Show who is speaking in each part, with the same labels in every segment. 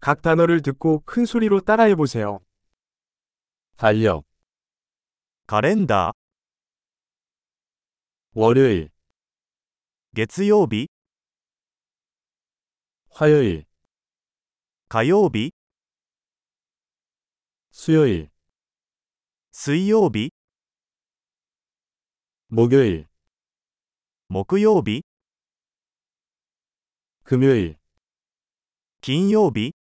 Speaker 1: 각 단어를 듣고 큰 소리로 따라해 보세요.
Speaker 2: 달력,
Speaker 3: カレンダー、
Speaker 2: 월요일,
Speaker 3: 月曜日、
Speaker 2: 화요일,
Speaker 3: 火曜日、
Speaker 2: 수요일,
Speaker 3: 水曜日、
Speaker 2: 목요일,
Speaker 3: 木曜日、
Speaker 2: 금요일,
Speaker 3: 金曜日、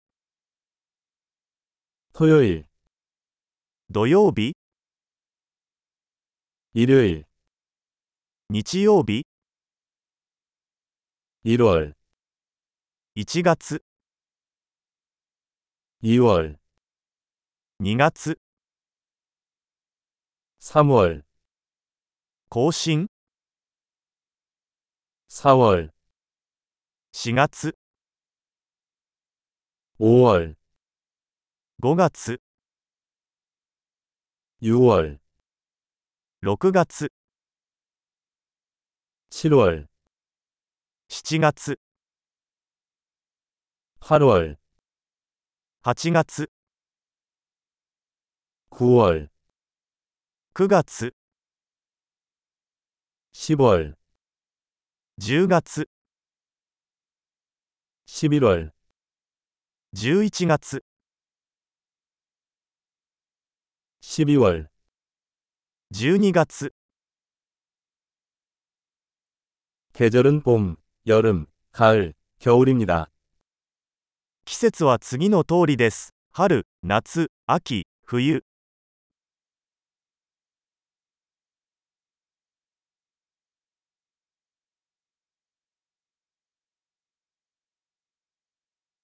Speaker 2: 토요일,
Speaker 3: 土曜日、
Speaker 2: 일요일,
Speaker 3: 日曜日、
Speaker 2: 1월,
Speaker 3: 1月、
Speaker 2: 2월,
Speaker 3: 2月、
Speaker 2: 3월,
Speaker 3: 更新、
Speaker 2: 4월,
Speaker 3: 4月、
Speaker 2: 5월,
Speaker 3: 5月、
Speaker 2: 6월,
Speaker 3: 6月、
Speaker 2: 7월,
Speaker 3: 7月、
Speaker 2: 8월,
Speaker 3: 8月、
Speaker 2: 9월,
Speaker 3: 9月、
Speaker 2: 10월,
Speaker 3: 10月、
Speaker 2: 11월,
Speaker 3: 11月、
Speaker 2: 12월,
Speaker 3: 12月、
Speaker 2: 계절은 봄, 여름, 가을, 겨울입니다.
Speaker 3: 季節は次の通りです。春、夏、秋、冬。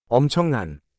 Speaker 1: 엄청난